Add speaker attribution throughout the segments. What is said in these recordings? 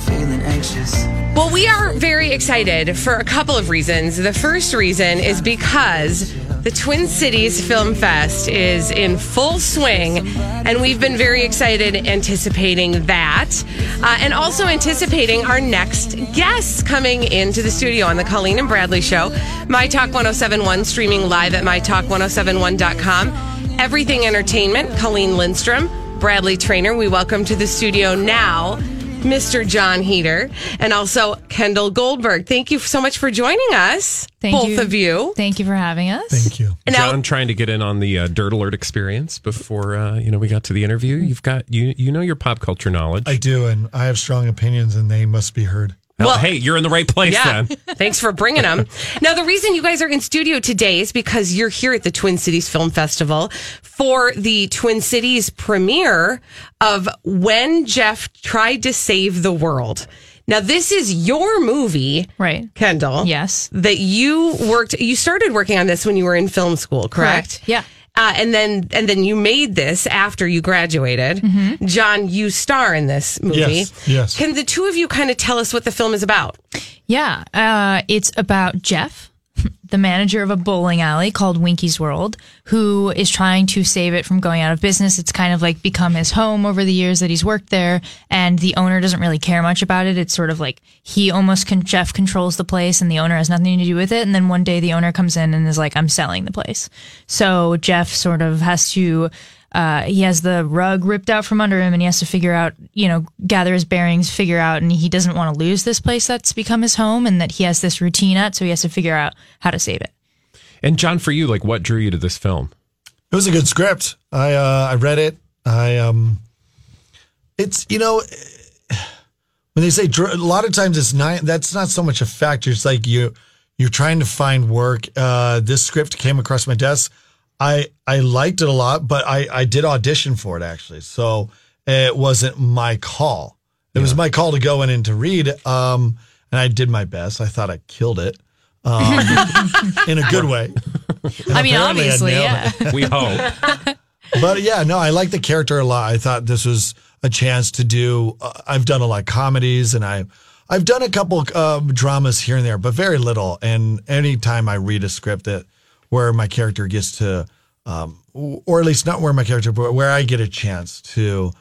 Speaker 1: feeling anxious.
Speaker 2: Well, we are very excited for a couple of reasons. The first reason is because the Twin Cities Film Fest is in full swing, and we've been very excited anticipating that, uh, and also anticipating our next guests coming into the studio on the Colleen and Bradley Show. My Talk 1071, streaming live at mytalk1071.com. Everything Entertainment, Colleen Lindstrom, Bradley Trainer. We welcome to the studio now. Mr. John Heater, and also Kendall Goldberg. Thank you so much for joining us, both of you.
Speaker 3: Thank you for having us. Thank you.
Speaker 2: Now-
Speaker 4: John trying to get in on the uh, Dirt Alert experience before uh, you know we got to the interview.
Speaker 3: Mm-hmm.
Speaker 4: You've got you you know your pop culture knowledge.
Speaker 5: I do, and I have strong opinions, and they must be heard.
Speaker 4: Well,
Speaker 2: Well-
Speaker 4: hey, you're in the right place
Speaker 2: Yeah,
Speaker 4: then.
Speaker 2: thanks for bringing them. Now, the reason you guys are in studio today is because you're here at the Twin Cities Film Festival for the Twin Cities premiere of When Jeff Tried to Save the World. Now, this is your movie,
Speaker 3: Right.
Speaker 2: Kendall.
Speaker 3: Yes.
Speaker 2: that you worked you started working on this when you were in film school correct,
Speaker 3: Correct. Yeah.
Speaker 2: uh, and then and then you made this after you graduated
Speaker 3: Mm-hmm.
Speaker 2: john you star in this movie
Speaker 5: Yes, yes.
Speaker 2: can the two of you kind of tell us what the film is about
Speaker 3: Yeah. Uh, it's about Jeff, the manager of a bowling alley called Winky's World, who is trying to save it from going out of business. It's kind of like become his home over the years that he's worked there, and the owner doesn't really care much about it. It's sort of like he almost con- Jeff controls the place, and the owner has nothing to do with it. And then one day the owner comes in and is like, "I'm selling the place." So Jeff sort of has to. Uh, he has the rug ripped out from under him and he has to figure out, you know, gather his bearings, figure out, and he doesn't want to lose this place that's become his home and that he has this routine at. So he has to figure out how to save it.
Speaker 4: And John, for you, like what drew you to this film?
Speaker 5: It was a good script. I uh, I read it. I um, it's you know, when they say dr- a lot of times it's not that's not so much a factor. It's like you you're trying to find work. Uh, this script came across my desk. I I liked it a lot, but I I did audition for it actually, so it wasn't my call. It was my call to go in and to read. Um, and I did my best. I thought I killed it. Um, in a good way.
Speaker 3: I mean,
Speaker 5: Apparently I
Speaker 3: obviously,
Speaker 5: nailed
Speaker 3: yeah.
Speaker 4: We hope.
Speaker 5: but yeah, no, I like the character a lot. I thought this was a chance to do. Uh, I've done a lot of comedies, and I, I've done a couple um, dramas here and there, but very little. And anytime I read a script that where my character gets to, um, or at least not where my character, but where I get a chance to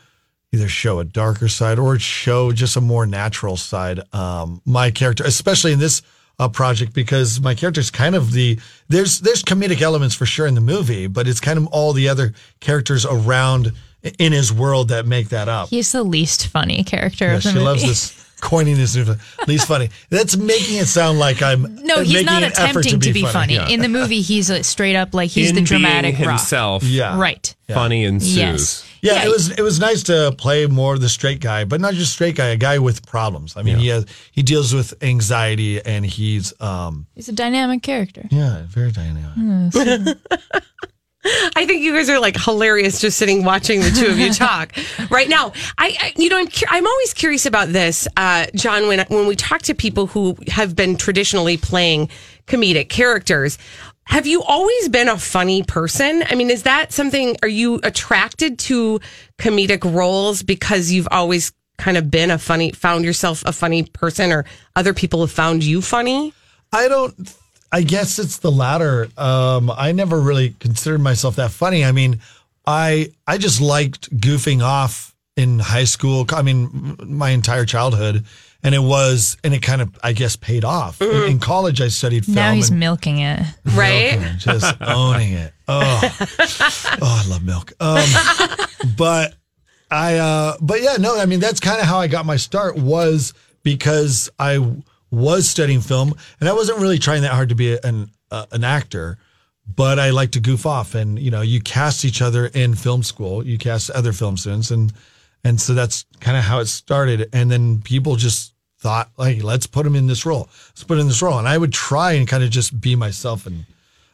Speaker 5: either show a darker side or show just a more natural side. Um, my character, especially in this uh, project, because my character is kind of the there's there's comedic elements for sure in the movie, but it's kind of all the other characters around i- in his world that make that up.
Speaker 3: He's the least funny character
Speaker 5: Yeah,
Speaker 3: of
Speaker 5: she
Speaker 3: the movie.
Speaker 5: loves this. Coining this new least funny. That's making it sound like I'm
Speaker 3: No, he's
Speaker 5: making
Speaker 3: not
Speaker 5: an effort
Speaker 3: attempting to be funny.
Speaker 5: Yeah.
Speaker 3: In the movie, he's a straight up like he's
Speaker 4: in
Speaker 3: the dramatic
Speaker 4: being
Speaker 3: rock.
Speaker 4: himself.
Speaker 5: Yeah.
Speaker 3: Right.
Speaker 4: Funny and Sue's.
Speaker 3: Yes.
Speaker 5: Yeah, it was it was nice to play more the straight guy, but not just straight guy, a guy with problems. I mean, he has, he deals with anxiety and he's um
Speaker 3: He's a dynamic character.
Speaker 5: yeah, very dynamic.
Speaker 2: i think you guys are like hilarious just sitting watching the two of you talk right now i, I you know I'm, cu- I'm always curious about this uh, john when when we talk to people who have been traditionally playing comedic characters have you always been a funny person? I mean, is that something, are you attracted to comedic roles because you've always kind of been a funny, found yourself a funny person or other people have found you funny?
Speaker 5: I don't. I guess it's the latter. Um, I never really considered myself that funny. I mean, I I just liked goofing off in high school. I mean, m- my entire childhood, and it was, and it kind of, I guess, paid off. In, in college, I studied film.
Speaker 3: Now he's
Speaker 5: and,
Speaker 3: milking it.
Speaker 2: Right?
Speaker 5: milking, just owning it. Oh, oh, I love milk. Um, but I, uh, but yeah, no, I mean that's kind of how I got my start was because I w- was studying film and I wasn't really trying that hard to be an uh, an actor, but I like to goof off and you know you cast each other in film school, you cast other film students and and so that's kind of how it started and then people just thought like let's put him in this role, let's put him in this role and I would try and kind of just be myself and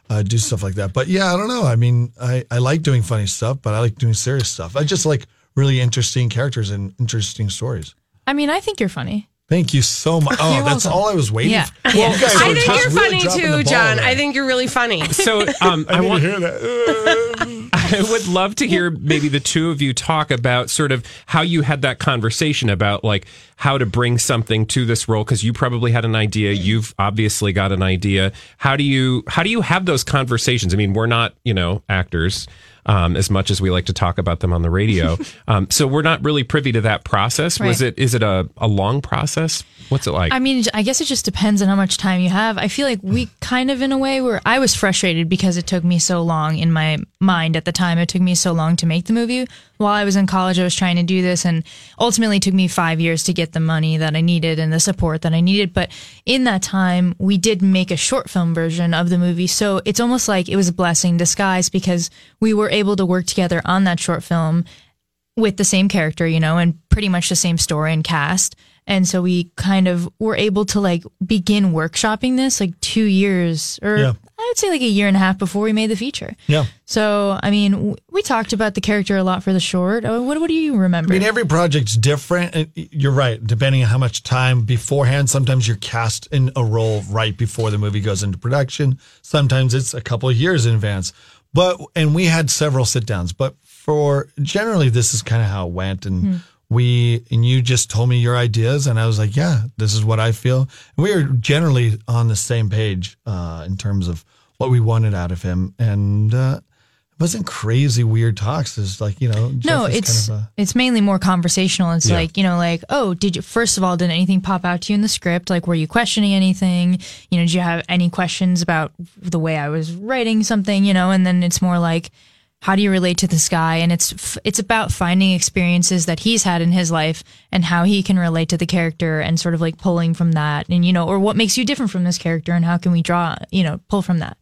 Speaker 5: uh, do stuff like that. But yeah, I don't know. I mean, I, I like doing funny stuff, but I like doing serious stuff. I just like really interesting characters and interesting stories.
Speaker 3: I mean, I think you're funny.
Speaker 5: Thank you so much. Oh, that's
Speaker 3: welcome.
Speaker 5: all I was waiting
Speaker 3: Yeah.
Speaker 5: for. Well, you guys
Speaker 2: I
Speaker 5: are
Speaker 2: think
Speaker 5: just
Speaker 2: you're
Speaker 5: really
Speaker 2: funny
Speaker 5: dropping the
Speaker 2: too,
Speaker 5: ball
Speaker 2: John.
Speaker 5: there.
Speaker 2: I think you're really funny.
Speaker 4: So um, I,
Speaker 5: I
Speaker 4: want
Speaker 5: hear that. Um,
Speaker 4: I would love to hear maybe the two of you talk about sort of how you had that conversation about like how to bring something to this role because you probably had an idea. You've obviously got an idea. How do you how do you have those conversations? I mean, we're not you know actors um, as much as we like to talk about them on the radio, um, so we're not really privy to that process. Was
Speaker 3: Right.
Speaker 4: it is it a, a long process? What's it like?
Speaker 3: I mean, I guess it just depends on how much time you have. I feel like we kind of, in a way, where I was frustrated because it took me so long in my mind at the time. It took me so long to make the movie. While I was in college, I was trying to do this, and ultimately, it took me five years to get the money that I needed and the support that I needed. But in that time, we did make a short film version of the movie. So it's almost like it was a blessing in disguise because we were able to work together on that short film with the same character, you know, and pretty much the same story and cast. And so we kind of were able to like begin workshopping this like two years or
Speaker 5: Yeah.
Speaker 3: I would say like a year and a half before we made the feature.
Speaker 5: Yeah.
Speaker 3: So, I mean, w- we talked about the character a lot for the short. Oh, What, what do you remember?
Speaker 5: I mean, every project's different. and You're right. Depending on how much time beforehand, sometimes you're cast in a role right before the movie goes into production. Sometimes it's a couple of years in advance. But and we had several sit downs. But for generally, this is kind of how it went. And
Speaker 3: Hmm.
Speaker 5: we and you just told me your ideas, and I was like, yeah, this is what I feel. And we were generally on the same page uh, in terms of what we wanted out of him, and. Uh, it wasn't crazy weird talks. It's like, you know,
Speaker 3: no,
Speaker 5: Jeff is
Speaker 3: it's
Speaker 5: kind of a-
Speaker 3: it's mainly more conversational. It's like you know, like oh, did you first of all did anything pop out to you in the script? Like, were you questioning anything? You know, did you have any questions about the way I was writing something? You know, and then it's more like how do you relate to this guy? And it's f- it's about finding experiences that he's had in his life and how he can relate to the character and sort of like pulling from that and you know, or what makes you different from this character and how can we draw you know pull from that.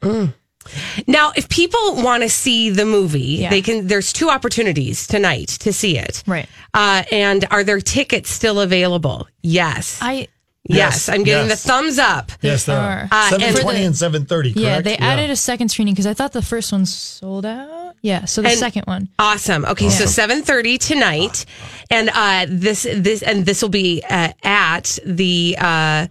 Speaker 2: Now, if people want to see the movie, they can. There's two opportunities tonight to see it.
Speaker 3: Right.
Speaker 2: Uh, and are there tickets still available? Yes.
Speaker 3: I
Speaker 2: yes. I'm getting
Speaker 5: Yes.
Speaker 2: the thumbs up.
Speaker 5: Yes, there
Speaker 3: are.
Speaker 5: are.
Speaker 2: Uh, and-
Speaker 5: seven twenty and seven thirty. Correct.
Speaker 3: Yeah, they added a second screening because I thought the first one sold out. Yeah, so the
Speaker 2: And-
Speaker 3: second one.
Speaker 2: Awesome. Okay, so seven thirty tonight, and uh, this this and this will be uh, at the uh,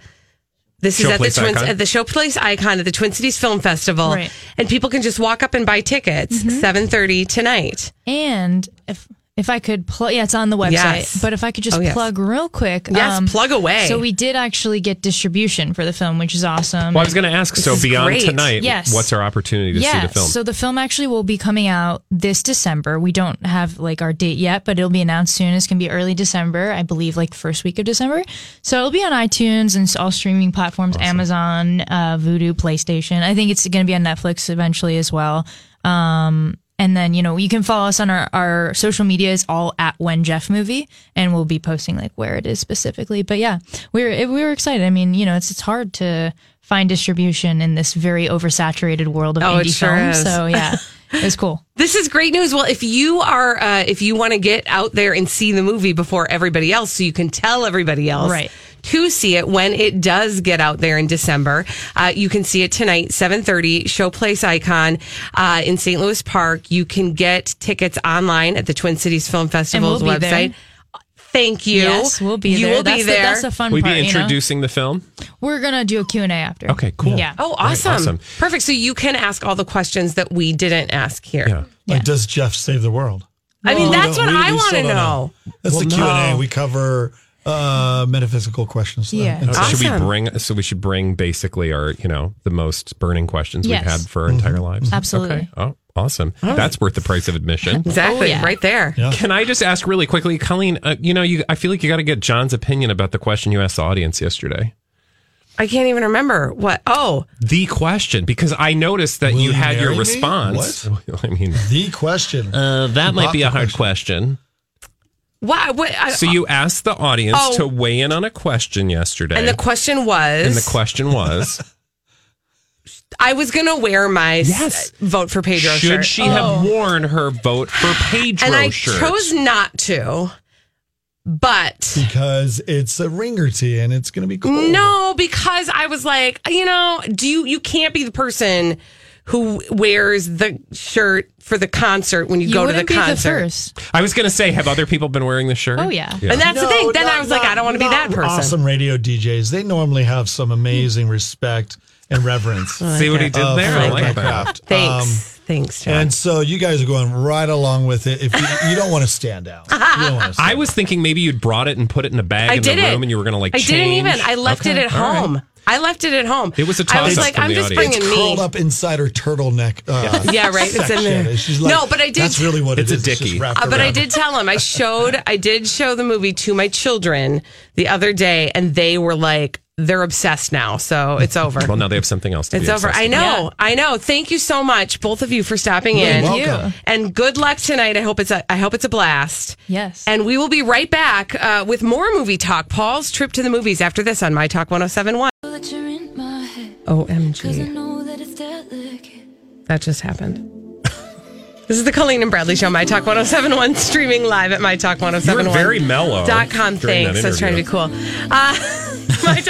Speaker 2: this is at the
Speaker 4: Showplace
Speaker 2: twins
Speaker 4: Icon?
Speaker 2: at the Showplace Icon at the Twin Cities Film Festival,
Speaker 3: Right. Mm-hmm.
Speaker 2: and people can just walk up and buy tickets. thirty tonight.
Speaker 3: And if if I could plug, yeah, it's on the website.
Speaker 2: Yes.
Speaker 3: But if I could just
Speaker 2: Oh, yes.
Speaker 3: plug real quick, um,
Speaker 2: Yes, plug away.
Speaker 3: So we did actually get distribution for the film, which is awesome.
Speaker 4: well, I was going to ask. So
Speaker 2: is
Speaker 4: beyond
Speaker 2: great.
Speaker 4: tonight,
Speaker 3: Yes.
Speaker 4: what's our opportunity to see the film?
Speaker 3: So the film actually will be coming out this December. We don't have like our date yet, but it'll be announced soon. It's going to be early December, I believe, like first week of December. So it'll be on iTunes and all streaming platforms, Amazon, uh, Voodoo, PlayStation. I think it's going to be on Netflix eventually as well. Um, and then you know you can follow us on our, our social media is all at when Jeff movie, and we'll be posting like where it is specifically. But yeah, we were we were excited. I mean, you know, it's it's hard to find distribution in this very oversaturated world of
Speaker 2: Oh, it
Speaker 3: indie
Speaker 2: sure
Speaker 3: film.
Speaker 2: is.
Speaker 3: So yeah, it's cool.
Speaker 2: This is great news. Well, if you are, uh, if you want to get out there and see the movie before everybody else, so you can tell everybody else
Speaker 3: Right.
Speaker 2: to see it when it does get out there in December, uh, you can see it tonight, seven thirty, Showplace Icon uh, in St. Louis Park. You can get tickets online at the Twin Cities Film Festival's
Speaker 3: we'll be there.
Speaker 2: website. Thank you.
Speaker 3: Yes, we'll be
Speaker 2: You
Speaker 3: there.
Speaker 2: will
Speaker 3: that's
Speaker 2: be
Speaker 3: the,
Speaker 2: there.
Speaker 3: that's the fun
Speaker 4: we
Speaker 3: part.
Speaker 4: be
Speaker 3: you know?
Speaker 4: introducing the film.
Speaker 3: We're gonna do a Q and A after.
Speaker 4: Okay, cool.
Speaker 3: Yeah.
Speaker 2: oh,
Speaker 4: Right,
Speaker 2: awesome.
Speaker 4: awesome.
Speaker 2: Perfect. So you can ask all the questions that we didn't ask here.
Speaker 4: Yeah.
Speaker 5: Like, does Jeff save the world?
Speaker 2: I mean,
Speaker 5: We
Speaker 2: that's
Speaker 5: don't-
Speaker 2: what
Speaker 5: we-
Speaker 2: I
Speaker 5: we
Speaker 2: want
Speaker 5: still
Speaker 2: to
Speaker 5: don't
Speaker 2: know.
Speaker 5: That's the
Speaker 4: Well,
Speaker 5: Q
Speaker 4: no.
Speaker 5: and A. We cover uh, metaphysical questions. there.
Speaker 3: Yeah.
Speaker 5: It's-
Speaker 4: Should we
Speaker 2: Awesome.
Speaker 4: bring? So we should bring basically our, you know, the most burning questions
Speaker 3: Yes.
Speaker 4: we've had for our entire lives.
Speaker 3: Absolutely.
Speaker 4: Okay. Oh, awesome. That's worth the price of admission.
Speaker 2: Exactly.
Speaker 3: Oh, yeah.
Speaker 2: Right there.
Speaker 4: Can I just ask really quickly, Colleen? Uh, you know, you I feel like you got to get John's opinion about the question you asked the audience yesterday.
Speaker 2: I can't even remember what. Oh,
Speaker 4: The question, because I noticed that
Speaker 5: Will
Speaker 4: you
Speaker 5: you
Speaker 4: had
Speaker 5: marry
Speaker 4: your
Speaker 5: me?
Speaker 4: response. I mean,
Speaker 5: The question.
Speaker 4: uh, that might
Speaker 5: Not
Speaker 4: be
Speaker 5: the
Speaker 4: a hard question.
Speaker 2: Wow. What, I,
Speaker 4: So you asked the audience
Speaker 2: Oh.
Speaker 4: to weigh in on a question yesterday.
Speaker 2: and the question was,
Speaker 4: And the question was
Speaker 2: I was going to wear my s-
Speaker 4: Yes.
Speaker 2: vote for Pedro
Speaker 4: Should
Speaker 2: shirt.
Speaker 4: she have worn her vote for
Speaker 2: Oh.
Speaker 4: Pedro
Speaker 2: and I
Speaker 4: shirt?
Speaker 2: chose not to, but
Speaker 5: because it's a ringer tea and it's going to be
Speaker 4: Oh.
Speaker 5: cool.
Speaker 2: no, because I was like, you know, do you, you can't be the person who wears the shirt for the concert when you,
Speaker 3: You
Speaker 2: go to the
Speaker 3: wouldn't be
Speaker 2: concert.
Speaker 3: the first.
Speaker 4: I was going to say, have other people been wearing the shirt?
Speaker 3: Oh, yeah.
Speaker 2: And that's the
Speaker 5: No,
Speaker 2: thing. Then
Speaker 5: not-
Speaker 2: I was like,
Speaker 5: not-
Speaker 2: I don't want to be that
Speaker 5: not
Speaker 2: person.
Speaker 5: Awesome radio DJs. They normally have some amazing respect and reverence.
Speaker 4: See what he did
Speaker 5: of
Speaker 4: there? I
Speaker 5: their
Speaker 4: like that.
Speaker 5: craft.
Speaker 2: Thanks.
Speaker 5: Um,
Speaker 2: Thanks, John.
Speaker 5: and so you guys are going right along with it. If you, you don't want to stand out, you don't want to.
Speaker 4: I was thinking maybe you'd brought it and put it in a bag
Speaker 2: I
Speaker 4: in
Speaker 2: did
Speaker 4: the
Speaker 2: it.
Speaker 4: room and you were going to like
Speaker 2: I didn't
Speaker 4: change.
Speaker 2: even. I left it
Speaker 4: Okay,
Speaker 2: at
Speaker 4: all right.
Speaker 2: home. I left it at home.
Speaker 4: It was a
Speaker 2: I was
Speaker 4: toss-up
Speaker 2: like,
Speaker 4: from
Speaker 2: I'm
Speaker 4: the
Speaker 2: just
Speaker 4: audience.
Speaker 2: bringing
Speaker 5: curled
Speaker 2: me.
Speaker 5: up inside her turtleneck. Uh,
Speaker 2: Yeah, right. It's in
Speaker 5: section.
Speaker 2: there.
Speaker 5: And she's like,
Speaker 2: No, but I did-
Speaker 5: That's really what it
Speaker 4: It's a
Speaker 5: is. just
Speaker 4: dicky.
Speaker 5: wrapped
Speaker 2: Uh, but I
Speaker 5: around.
Speaker 2: did tell him I showed I did show the movie to my children the other day, and they were like, they're obsessed now, so it's over.
Speaker 4: Well, now they have something else to
Speaker 2: it's
Speaker 4: be
Speaker 2: over.
Speaker 4: obsessed
Speaker 2: I
Speaker 4: with.
Speaker 2: know. I know. Thank you so much, both of you, for stopping in.
Speaker 5: You're welcome.
Speaker 2: And good luck tonight. I hope it's a I hope it's a blast.
Speaker 3: Yes.
Speaker 2: And we will be right back uh, with more movie talk. Paul's trip to the movies after this on My Talk 1071.
Speaker 6: But you're in my head, cause I
Speaker 2: OMG.
Speaker 6: know that it's delicate.
Speaker 2: That just happened. This is the Colleen and Bradley Show, My Talk 1071, streaming live at My Talk
Speaker 4: You were
Speaker 2: 1071.
Speaker 4: very mellow.
Speaker 2: Dot com.
Speaker 4: during that
Speaker 2: Thanks. I was trying to
Speaker 4: interview.
Speaker 2: be cool.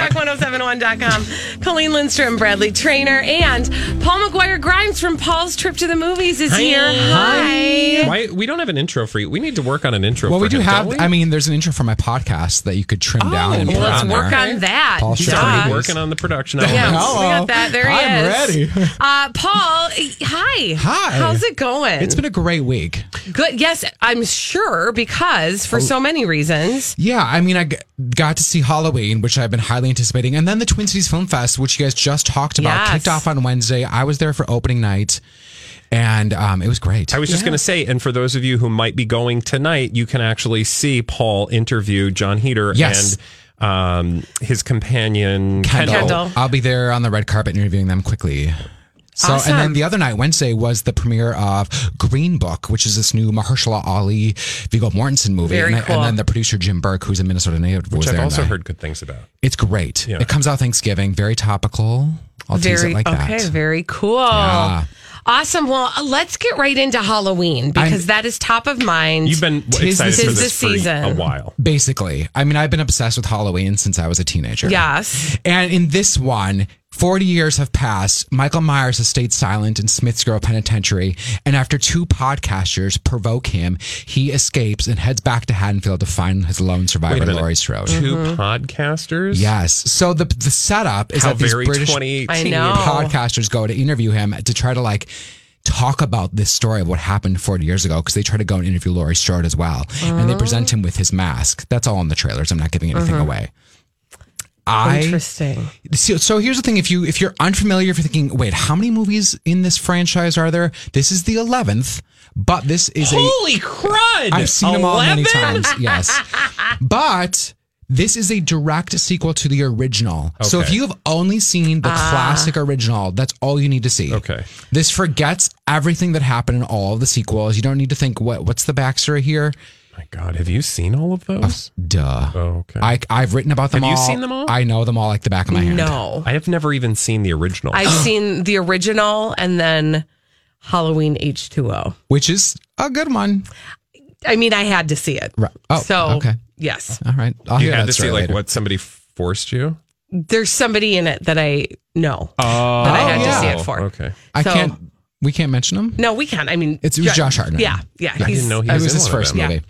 Speaker 2: Uh, MyTalk1071.com. Colleen Lindstrom, Bradley Trainer, and Paul McGuire Grimes from Paul's Trip to the Movies is here. Hi.
Speaker 4: Why, we don't have an intro for you. We need to work on an intro
Speaker 7: Well,
Speaker 4: for
Speaker 7: we do
Speaker 4: him,
Speaker 7: have.
Speaker 4: don't we?
Speaker 7: I mean, there's an intro for my podcast that you could trim down and
Speaker 4: well,
Speaker 7: put
Speaker 4: let's
Speaker 7: on
Speaker 2: Oh, Work
Speaker 7: there.
Speaker 2: on that.
Speaker 7: Paul
Speaker 4: He's
Speaker 7: Sure.
Speaker 4: already
Speaker 2: Duh.
Speaker 4: working on the production.
Speaker 2: Yeah,
Speaker 4: elements.
Speaker 7: Oh,
Speaker 2: we got that. There he
Speaker 7: I'm
Speaker 2: is.
Speaker 7: ready.
Speaker 2: Uh, Paul, hi.
Speaker 7: Hi.
Speaker 2: How's it going?
Speaker 7: It's been a great week.
Speaker 2: good. Yes, I'm sure because
Speaker 7: Oh.
Speaker 2: for so many reasons.
Speaker 7: Yeah, I mean, I g- got to see Halloween, which I've been highly anticipating, and then the Twin Cities Film Fest, which you guys just talked about,
Speaker 2: Yes.
Speaker 7: kicked off on Wednesday. I was there for opening night, and um, it was great.
Speaker 4: I was just going to say, and for those of you who might be going tonight, you can actually see Paul interview John Heater
Speaker 7: Yes.
Speaker 4: and um, his companion Kendall.
Speaker 2: Kendall.
Speaker 7: I'll be there on the red carpet interviewing them quickly. So,
Speaker 2: Awesome.
Speaker 7: and then the other night, Wednesday, was the premiere of Green Book, which is this new Mahershala Ali, Viggo Mortensen movie.
Speaker 2: Very
Speaker 7: and, I-
Speaker 2: cool.
Speaker 7: and then the producer, Jim Burke, who's a Minnesota native, was
Speaker 4: Which
Speaker 7: there.
Speaker 4: I've
Speaker 7: and
Speaker 4: also
Speaker 7: I-
Speaker 4: heard good things about.
Speaker 7: It's great. It comes out Thanksgiving. Very topical. I'll tease
Speaker 2: Very
Speaker 7: it like
Speaker 2: okay.
Speaker 7: that.
Speaker 2: Very cool.
Speaker 7: Yeah.
Speaker 2: Awesome. Well, uh, let's get right into Halloween because
Speaker 7: I'm-
Speaker 2: that is top of mind.
Speaker 4: You've been
Speaker 7: Tis
Speaker 4: excited
Speaker 7: the
Speaker 4: for
Speaker 7: season.
Speaker 4: this for
Speaker 2: Tis the
Speaker 4: a
Speaker 2: season.
Speaker 4: while.
Speaker 7: Basically, I mean, I've been obsessed with Halloween since I was a teenager.
Speaker 2: yes.
Speaker 7: And in this one, 40 years have passed. Michael Myers has stayed silent in Smithsgrove Penitentiary. And after two podcasters provoke him, he escapes and heads back to Haddonfield to find his lone survivor, Laurie Strode.
Speaker 4: 2 podcasters.
Speaker 7: Yes. So the the setup is
Speaker 4: How
Speaker 7: that these
Speaker 4: very
Speaker 7: British
Speaker 4: 2018.
Speaker 2: I know.
Speaker 7: podcasters go to interview him to try to like talk about this story of what happened 40 years ago because they try to go and interview Laurie Strode as well. And they present him with his mask. That's all in the trailers. I'm not giving anything
Speaker 2: Mm-hmm.
Speaker 7: away. I
Speaker 2: Interesting.
Speaker 7: so, so here's the thing if you if you're unfamiliar if you're thinking wait how many movies in this franchise are there this is the 11th but this is a
Speaker 4: Holy crud!
Speaker 7: I've seen them all many
Speaker 4: 11?
Speaker 7: times. Yes. But this is a direct sequel to the original. So if
Speaker 4: Okay. Ah.
Speaker 7: you have only seen the classic original, that's all you need to see.
Speaker 4: Okay.
Speaker 7: This forgets everything that happened in all of the sequels. You don't need to think what what's the backstory here.
Speaker 4: My God, have you seen all of those? Oh,
Speaker 7: Duh.
Speaker 4: Okay.
Speaker 7: I I've written about them
Speaker 4: Have
Speaker 7: all.
Speaker 4: you seen them all?
Speaker 7: I know them all like the back of my hand.
Speaker 2: No.
Speaker 4: I have never even seen the original.
Speaker 2: I've seen the original and then Halloween H2O.
Speaker 7: Which is a good one.
Speaker 2: I mean, I had to see it.
Speaker 7: Right. Oh,
Speaker 2: so,
Speaker 7: okay.
Speaker 2: yes.
Speaker 7: All right. I'll
Speaker 4: you
Speaker 7: hear
Speaker 4: had
Speaker 7: that
Speaker 4: to see
Speaker 7: story
Speaker 4: like
Speaker 7: later.
Speaker 4: what somebody forced you.
Speaker 2: There's somebody in it that I know.
Speaker 4: Oh,
Speaker 2: I had
Speaker 7: to see
Speaker 2: it for.
Speaker 4: Okay.
Speaker 7: I
Speaker 2: so-
Speaker 7: can't we can't mention them?
Speaker 2: No, we can't. I mean,
Speaker 7: It's- it was
Speaker 2: Ju-
Speaker 7: Josh Hartnett.
Speaker 2: Yeah. Yeah.
Speaker 4: I didn't know he
Speaker 7: it
Speaker 4: was,
Speaker 7: was
Speaker 4: in
Speaker 7: his
Speaker 4: one of
Speaker 7: first
Speaker 4: them.
Speaker 7: movie.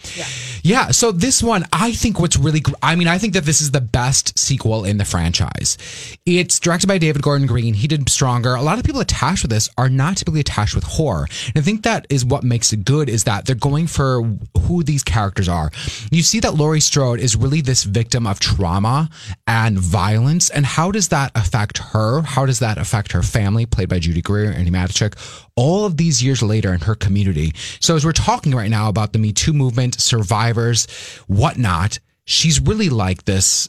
Speaker 7: Yeah. So this one, I think what's really, gr- I mean, I think that this is the best sequel in the franchise. It's directed by David Gordon Green. He did Stronger. A lot of people attached with this are not typically attached with horror. And I think that is what makes it good is that they're going for who these characters are. You see that Laurie Strode is really this victim of trauma and violence. And how does that affect her? How does that affect her family, played by Judy Greer and Hematchik, all of these years later in her community? So, as we're talking right now about the Me Too movement, survivors, whatnot, she's really like this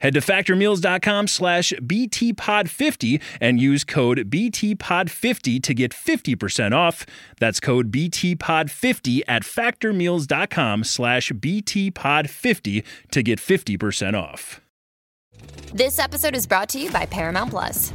Speaker 8: Head to factormeals.com slash btpod50 and use code btpod50 to get 50% off. That's code btpod50 at factormeals.com slash btpod50 to get 50% off.
Speaker 9: This episode is brought to you by Paramount Plus.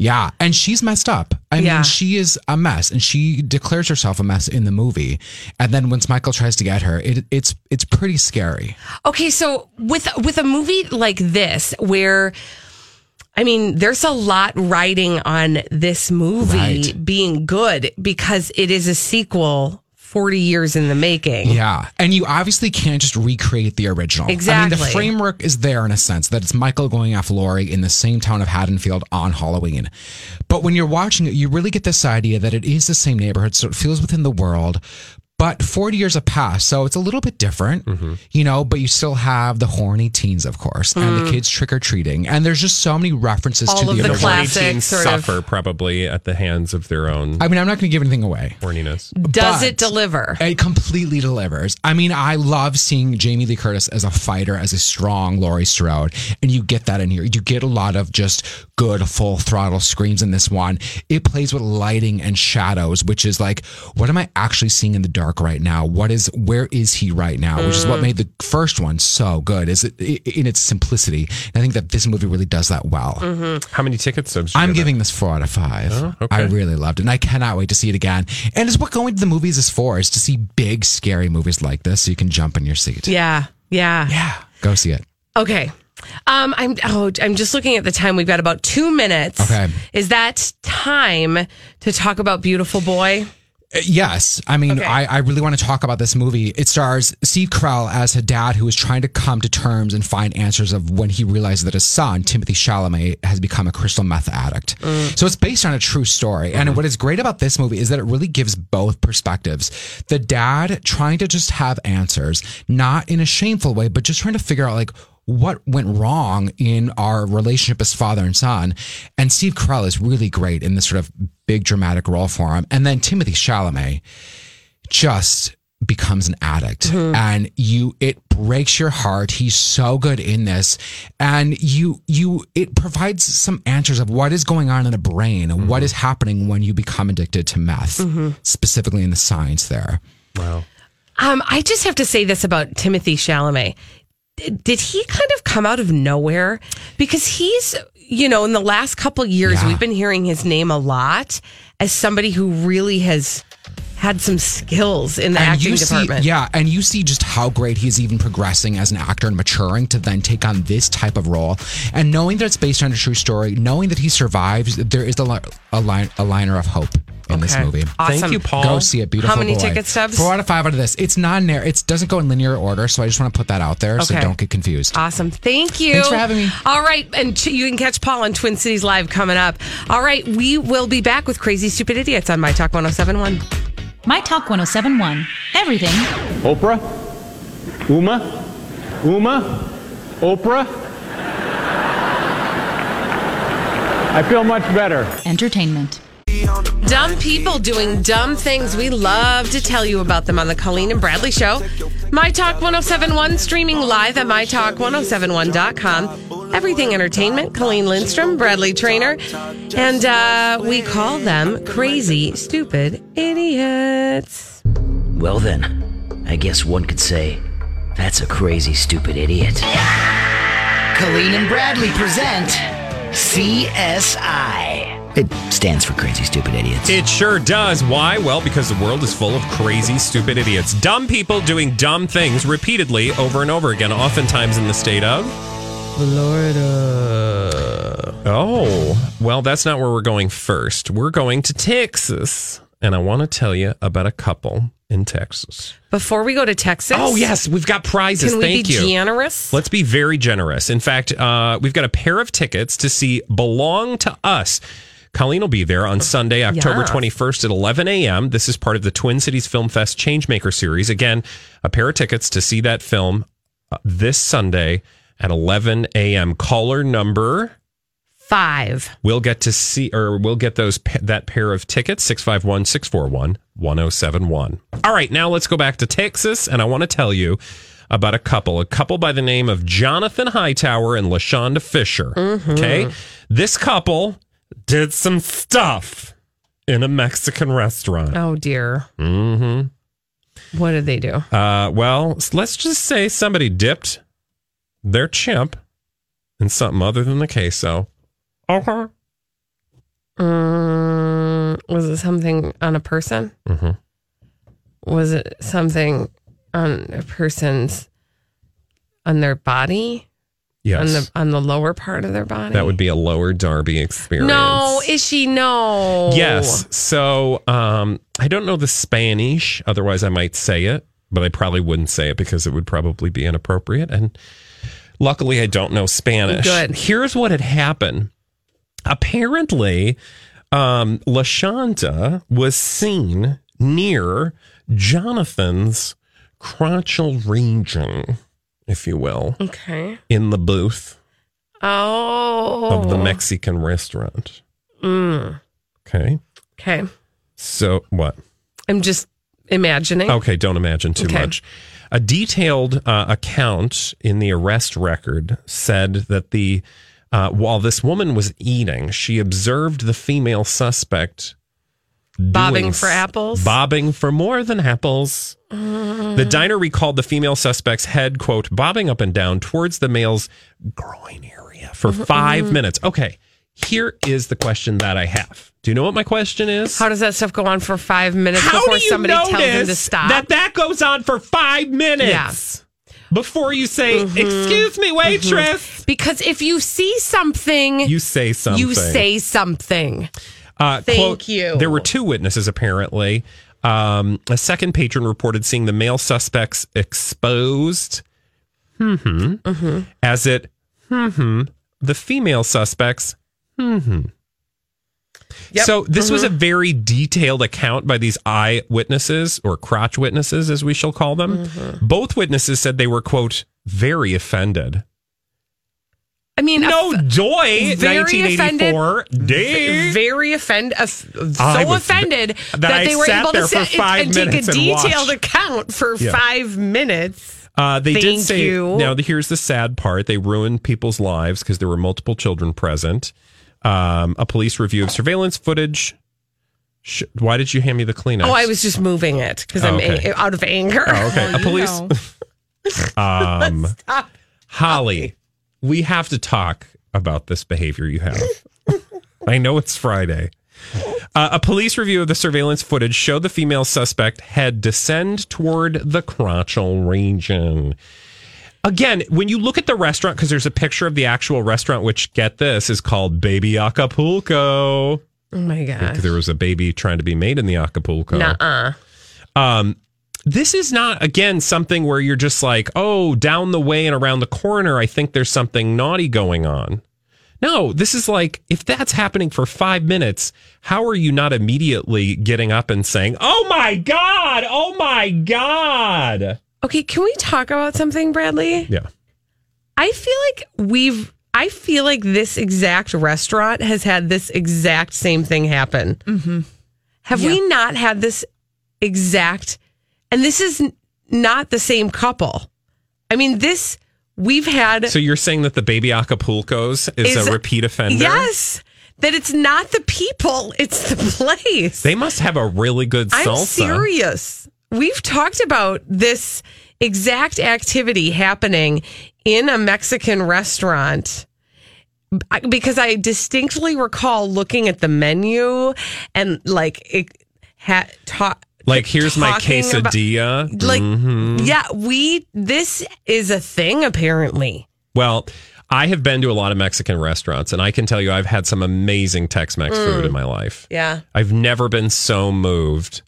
Speaker 7: Yeah, and she's messed up. I
Speaker 2: Yeah.
Speaker 7: mean, she is a mess, and she declares herself a mess in the movie. And then once Michael tries to get her, it, it's it's pretty scary.
Speaker 2: Okay, so with with a movie like this, where I mean, there's a lot riding on this movie
Speaker 7: Right.
Speaker 2: being good because it is a sequel, forty years in the making.
Speaker 7: Yeah, and you obviously can't just recreate the original. I mean,
Speaker 2: Exactly.
Speaker 7: the framework is there in a sense that it's Michael going after Laurie in the same town of Haddonfield on Halloween. But when you're watching it, you really get this idea that it is the same neighborhood, so it feels within the world. But 40 years have passed, so it's a little bit different, you know, but you still have the horny teens, of course, and the kids trick or treating. And there's just so many references
Speaker 2: Mm. All
Speaker 7: to
Speaker 2: of
Speaker 7: the,
Speaker 2: the
Speaker 7: original.
Speaker 2: classic
Speaker 4: Horny teens
Speaker 2: sort of-
Speaker 4: suffer probably at the hands of their own
Speaker 7: I mean, I'm not going to give anything away.
Speaker 4: horniness.
Speaker 2: Does
Speaker 7: But-
Speaker 2: it deliver?
Speaker 7: It completely delivers. I mean, I love seeing Jamie Lee Curtis as a fighter, as a strong Laurie Strode, and you get that in here. You get a lot of just good full throttle screams in this one. It plays with lighting and shadows, which is like, what am I actually seeing in the dark right now? What is, where is he right now? Which is what made the first one so good. Is it in its simplicity? And I think that this movie really does that well.
Speaker 4: How many ticket subs? you
Speaker 7: I'm
Speaker 4: get?
Speaker 7: giving this four out of five.
Speaker 4: okay.
Speaker 7: I really loved it, and I cannot wait to see it again. And it's what going to the movies is for: is to see big, scary movies like this, so you can jump in your seat.
Speaker 2: yeah, yeah.
Speaker 7: Yeah, go see it.
Speaker 2: Okay. Um, I'm oh, I'm just looking at the time. We've got about two minutes.
Speaker 7: Okay.
Speaker 2: Is that time to talk about Beautiful Boy?
Speaker 7: Uh, Yes, I mean,
Speaker 2: Okay.
Speaker 7: I, I really want to talk about this movie. It stars Steve Carell as a dad who is trying to come to terms and find answers of when he realizes that his son, Timothy Chalamet, has become a crystal meth addict. So it's based on a true story. And what is great about this movie is that it really gives both perspectives. The dad trying to just have answers, not in a shameful way, but just trying to figure out like what went wrong in our relationship as father and son. And Steve Carell is really great in this sort of big dramatic role for him. And then Timothy Chalamet just becomes an addict
Speaker 2: Mm-hmm.
Speaker 7: and you it breaks your heart he's so good in this and you you it provides some answers of what is going on in the brain and
Speaker 2: Mm-hmm.
Speaker 7: what is happening when you become addicted to meth specifically in the science there
Speaker 4: Wow.
Speaker 2: Um, I just have to say this about Timothy Chalamet. D- Did he kind of come out of nowhere? Because he's, you know, in the last couple years,
Speaker 7: Yeah.
Speaker 2: we've been hearing his name a lot as somebody who really has had some skills in the acting
Speaker 7: you
Speaker 2: department.
Speaker 7: See, yeah, and you see just how great he's even progressing as an actor and maturing to then take on this type of role. And knowing that it's based on a true story, knowing that he survives, there is a, li- a, line, a liner of hope in this
Speaker 2: Okay.
Speaker 7: movie.
Speaker 2: Awesome.
Speaker 4: Thank you, Paul.
Speaker 7: Go see it, beautiful.
Speaker 2: How many
Speaker 7: boy.
Speaker 2: ticket stubs?
Speaker 7: Four out of five out of this. It's non-narr. It doesn't go in linear order, so I just want to put that out there so
Speaker 2: Okay. Uh,
Speaker 7: don't get confused.
Speaker 2: Awesome. Thank you.
Speaker 7: Thanks for having me.
Speaker 2: All right. And t- you can catch Paul on Twin Cities Live coming up. All right. We will be back with Crazy Stupid Idiots on My Talk 1071.
Speaker 3: of My Talk 1071. Everything.
Speaker 10: Oprah? Uma? Uma? Oprah? I feel much better.
Speaker 3: Entertainment.
Speaker 2: Dumb people doing dumb things. We love to tell you about them on the Colleen and Bradley Show. My Talk 1071, streaming live at mytalk1071.com. Everything Entertainment, Colleen Lindstrom, Bradley Trainer, and uh, we call them crazy, stupid idiots.
Speaker 1: Well, then,
Speaker 11: I guess one could say, that's a crazy, stupid idiot.
Speaker 1: Colleen and Bradley present CSI.
Speaker 11: It stands for crazy, stupid idiot.
Speaker 4: It sure does. Why? Well, because the world is full of crazy, stupid idiots. Dumb people doing dumb things repeatedly over and over again, oftentimes in the state of Florida.
Speaker 2: uh,
Speaker 4: Oh, well, that's not where we're going first. We're going to Texas. And I want to tell you about a couple in Texas.
Speaker 2: Before we go to Texas.
Speaker 4: Oh, yes, we've got prizes.
Speaker 2: Can we
Speaker 4: Thank
Speaker 2: be
Speaker 4: you.
Speaker 2: generous?
Speaker 4: Let's be very generous. In fact, uh, we've got a pair of tickets to see Belong to Us. Colleen will be there on Sunday, October
Speaker 12: Yeah.
Speaker 4: 21st at 11 a.m. This is part of the Twin Cities Film Fest Changemaker series. Again, a pair of tickets to see that film uh, this Sunday at 11 a.m. Caller number
Speaker 2: Five.
Speaker 4: We'll get to see, or we'll get those pa- that pair of tickets 651 641 1071. All right, now let's go back to Texas, and I want to tell you about a couple, a couple by the name of Jonathan Hightower and LaShonda Fisher. Okay, this couple did some stuff in a Mexican restaurant.
Speaker 2: Oh, dear.
Speaker 4: Mm-hmm.
Speaker 2: What did they do?
Speaker 4: Uh, well, s- let's just say somebody dipped their chimp in something other than the queso. Okay.
Speaker 2: Mm, was it something on a person?
Speaker 4: Mm-hmm.
Speaker 2: Was it something on a person's on their body?
Speaker 4: Yes.
Speaker 2: On the on the lower part of their body.
Speaker 4: That would be a lower Darby experience.
Speaker 2: No, is she no?
Speaker 4: Yes. So um, I don't know the Spanish. Otherwise, I might say it, but I probably wouldn't say it because it would probably be inappropriate. And luckily, I don't know Spanish.
Speaker 12: Good.
Speaker 4: Here's what had happened. Apparently, um, Lashanta was seen near Jonathan's crotchal region, if you will,
Speaker 2: Okay.
Speaker 4: in the booth
Speaker 2: Oh.
Speaker 4: of the Mexican restaurant.
Speaker 2: Mm.
Speaker 4: Okay.
Speaker 2: Okay.
Speaker 4: So what?
Speaker 2: I'm just imagining.
Speaker 4: Okay, don't imagine too
Speaker 2: Okay.
Speaker 4: much. A detailed uh, account in the arrest record said that the uh, while this woman was eating, she observed the female suspect
Speaker 2: Bobbing
Speaker 4: doing
Speaker 2: for
Speaker 4: s-
Speaker 2: apples?
Speaker 4: bobbing for more than apples.
Speaker 2: Mm.
Speaker 4: The diner recalled the female suspect's head, quote, bobbing up and down towards the male's groin area for
Speaker 2: Mm-hmm,
Speaker 4: five minutes. Okay, here is the question that I have. Do you know what my question is?
Speaker 2: How does that stuff go on for five minutes before somebody tells them to
Speaker 4: notice
Speaker 2: stop?
Speaker 4: That that goes on for five minutes before you say,
Speaker 2: Mm-hmm.
Speaker 4: "Excuse me, waitress."
Speaker 2: Because if you see something,
Speaker 4: You say something.
Speaker 2: Mm-hmm. You say something.
Speaker 4: Uh,
Speaker 2: Thank you.
Speaker 4: There were two witnesses apparently. Um, a second patron reported seeing the male suspects exposed hmm
Speaker 2: Mm-hmm.
Speaker 4: as it hmm the female suspects hmm
Speaker 12: Yep.
Speaker 4: So this was a
Speaker 2: Mm-hmm.
Speaker 12: Mhm.
Speaker 4: very detailed account by these eyewitnesses or crotch witnesses, as we shall call them.
Speaker 2: Mm-hmm.
Speaker 4: Both witnesses said they were quote very offended.
Speaker 2: I mean,
Speaker 4: no joy.
Speaker 2: Very offended.
Speaker 4: 1984. Dang.
Speaker 2: Very offend, off-
Speaker 4: I
Speaker 2: so
Speaker 4: was-
Speaker 2: offended
Speaker 4: that
Speaker 2: that,
Speaker 4: I
Speaker 2: they were
Speaker 4: sat
Speaker 2: able
Speaker 4: there
Speaker 2: to
Speaker 4: for
Speaker 2: sit and,
Speaker 4: five
Speaker 2: and take
Speaker 4: minutes
Speaker 2: a
Speaker 4: and watch.
Speaker 2: detailed account for
Speaker 4: Yeah.
Speaker 2: five minutes.
Speaker 4: Uh, they did
Speaker 2: Thank
Speaker 4: say
Speaker 2: you.
Speaker 4: now. the- Here's the sad part: they ruined people's lives because there were multiple children present. Um, a police review of surveillance footage. Sh- why did you hand me the Kleenex?
Speaker 2: Oh, I was just moving it because I'm
Speaker 4: Oh, okay.
Speaker 2: a- out of anger.
Speaker 4: Oh, okay. a police. um, Holly, we have to talk about this behavior you have. I know it's Friday. Uh, a police review of the surveillance footage showed the female suspect head descend toward the crotchal region. Again, when you look at the restaurant, because there's a picture of the actual restaurant, which get this is called Baby
Speaker 2: Oh
Speaker 4: Acapulco.
Speaker 2: my gosh.
Speaker 4: There was a baby trying to be made in the Acapulco.
Speaker 2: Nuh-uh.
Speaker 4: Um, this is not again something where you're just like, oh, down the way and around the corner, I think there's something naughty going on. No, this is like if that's happening for five minutes, how are you not immediately getting up and saying, "Oh my god, oh my god"?
Speaker 2: Okay, can we talk about something, Bradley?
Speaker 4: Yeah.
Speaker 2: I feel like we've. I feel like this exact restaurant has had this exact same thing happen.
Speaker 3: Mm-hmm.
Speaker 2: Have we not had this exact? And this is n- not the same couple. I mean, this we've had.
Speaker 4: So you're saying that the baby Acapulcos is,
Speaker 2: Is-
Speaker 4: a repeat offender?
Speaker 2: yes, that it's not the people; it's the place.
Speaker 4: They must have a really good
Speaker 2: I'm
Speaker 4: salsa.
Speaker 2: serious. we've talked about this exact activity happening in a Mexican restaurant I- because I distinctly recall looking at the menu and like it had taught.
Speaker 4: Like here's my
Speaker 2: talking about-
Speaker 4: quesadilla.
Speaker 2: like,
Speaker 4: Mhm.
Speaker 2: yeah, we, this is a thing apparently.
Speaker 4: Well, I have been to a lot of Mexican restaurants, and I can tell you I've had some amazing Tex-Mex food
Speaker 2: Mm.
Speaker 4: in my life.
Speaker 2: Yeah.
Speaker 4: I've never been so moved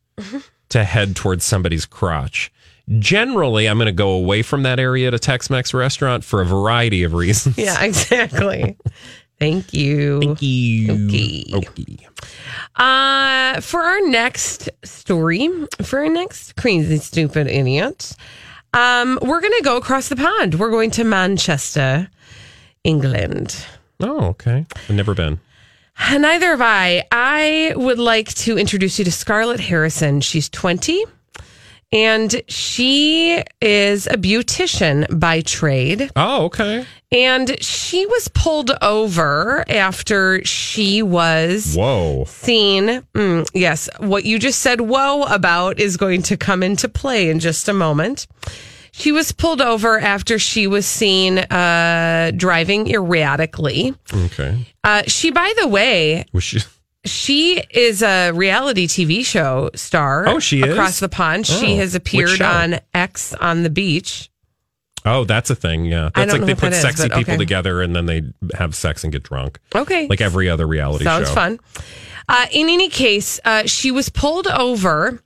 Speaker 4: to head towards somebody's crotch. Generally, I'm going to go away from that area at a Tex-Mex restaurant for a variety of reasons.
Speaker 2: Yeah, exactly. Thank you.
Speaker 4: Thank you.
Speaker 2: Uh, for our next story, for our next crazy stupid idiot, um, we're going to go across the pond. We're going to Manchester, England.
Speaker 4: Oh, okay. I've never been.
Speaker 2: Neither have I. I would like to introduce you to Scarlett Harrison. She's 20 and she is a beautician by trade.
Speaker 4: Oh, okay.
Speaker 2: And she was pulled over after she was
Speaker 4: Whoa.
Speaker 2: seen. Mm, yes, what you just said, whoa, about is going to come into play in just a moment. She was pulled over after she was seen uh, driving erratically.
Speaker 4: Okay.
Speaker 2: Uh, she, by the way,
Speaker 4: Was she?
Speaker 2: she is a reality TV show star.
Speaker 4: Oh, she is?
Speaker 2: across the pond.
Speaker 4: Oh,
Speaker 2: she has
Speaker 4: which
Speaker 2: appeared
Speaker 4: show?
Speaker 2: on X on the beach.
Speaker 4: Oh, that's a thing. Yeah,
Speaker 2: I
Speaker 4: that's
Speaker 2: don't
Speaker 4: like
Speaker 2: know
Speaker 4: they
Speaker 2: what
Speaker 4: put
Speaker 2: that is,
Speaker 4: sexy
Speaker 2: but
Speaker 4: people
Speaker 2: okay.
Speaker 4: together and then they have sex and get drunk.
Speaker 2: Okay,
Speaker 4: like every other reality
Speaker 2: sounds
Speaker 4: show.
Speaker 2: fun. Uh, in any case, uh, she was pulled over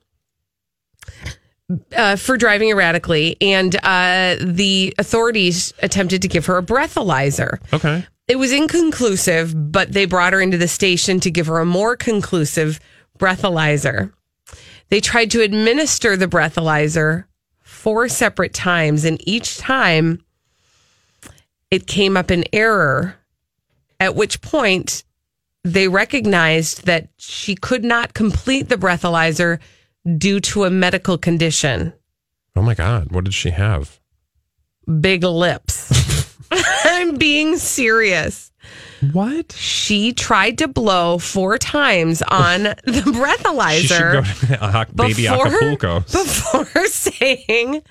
Speaker 2: uh, for driving erratically, and uh, the authorities attempted to give her a breathalyzer.
Speaker 4: Okay.
Speaker 2: It was inconclusive, but they brought her into the station to give her a more conclusive breathalyzer. They tried to administer the breathalyzer four separate times, and each time it came up in error, at which point they recognized that she could not complete the breathalyzer due to a medical condition
Speaker 4: Oh my God, what did she have?
Speaker 2: big lips. I'm being serious.
Speaker 4: What?
Speaker 2: She tried to blow four times on the breathalyzer.
Speaker 4: She should go to Ac- baby
Speaker 2: before-
Speaker 4: Acapulco.
Speaker 2: Before saying,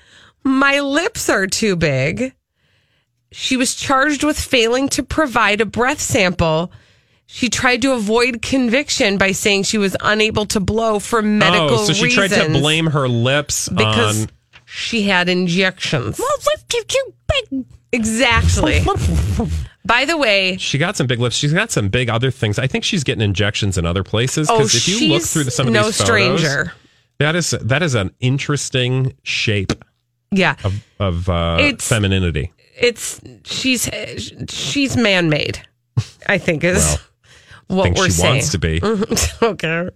Speaker 2: My lips are too big, she was charged with failing to provide a breath sample. She tried to avoid conviction by saying she was unable to blow for medical
Speaker 4: oh, so she tried to
Speaker 2: reasons
Speaker 4: blame her lips
Speaker 2: because
Speaker 4: on.
Speaker 2: she had injections. Exactly. By the way,
Speaker 4: She got some big lips. She's got some big other things. I think she's getting injections in other places.
Speaker 2: Oh,
Speaker 4: Because if you look
Speaker 2: she's
Speaker 4: through the, some of
Speaker 2: no
Speaker 4: these photos,
Speaker 2: stranger.
Speaker 4: that is that is an interesting shape
Speaker 2: yeah,
Speaker 4: of of uh,
Speaker 2: It's-
Speaker 4: femininity.
Speaker 2: it's she's she's man-made. I think is what
Speaker 4: think
Speaker 2: we're
Speaker 4: she
Speaker 2: saying.
Speaker 4: wants to be.
Speaker 2: Mhm. okay.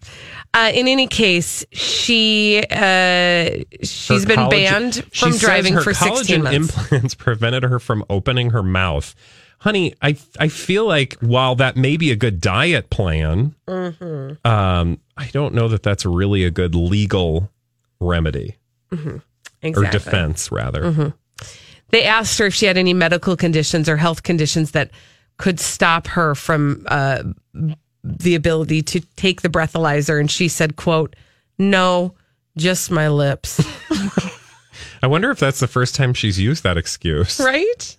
Speaker 2: Uh, in any case, she uh, she's
Speaker 4: Her
Speaker 2: been
Speaker 4: collagen-
Speaker 2: banned
Speaker 4: She
Speaker 2: from
Speaker 4: says
Speaker 2: driving
Speaker 4: her
Speaker 2: for sixteen
Speaker 4: collagen
Speaker 2: months.
Speaker 4: Implants prevented her from opening her mouth. Honey, I I feel like while that may be a good diet plan,
Speaker 2: Mhm.
Speaker 4: um, I don't know that that's really a good legal remedy
Speaker 2: Mhm. Exactly.
Speaker 4: or defense, rather.
Speaker 2: Mhm. They asked her if she had any medical conditions or health conditions that could stop her from uh, the ability to take the breathalyzer, and she said, "quote No, just my lips."
Speaker 4: I wonder if that's the first time she's used that excuse.
Speaker 2: right?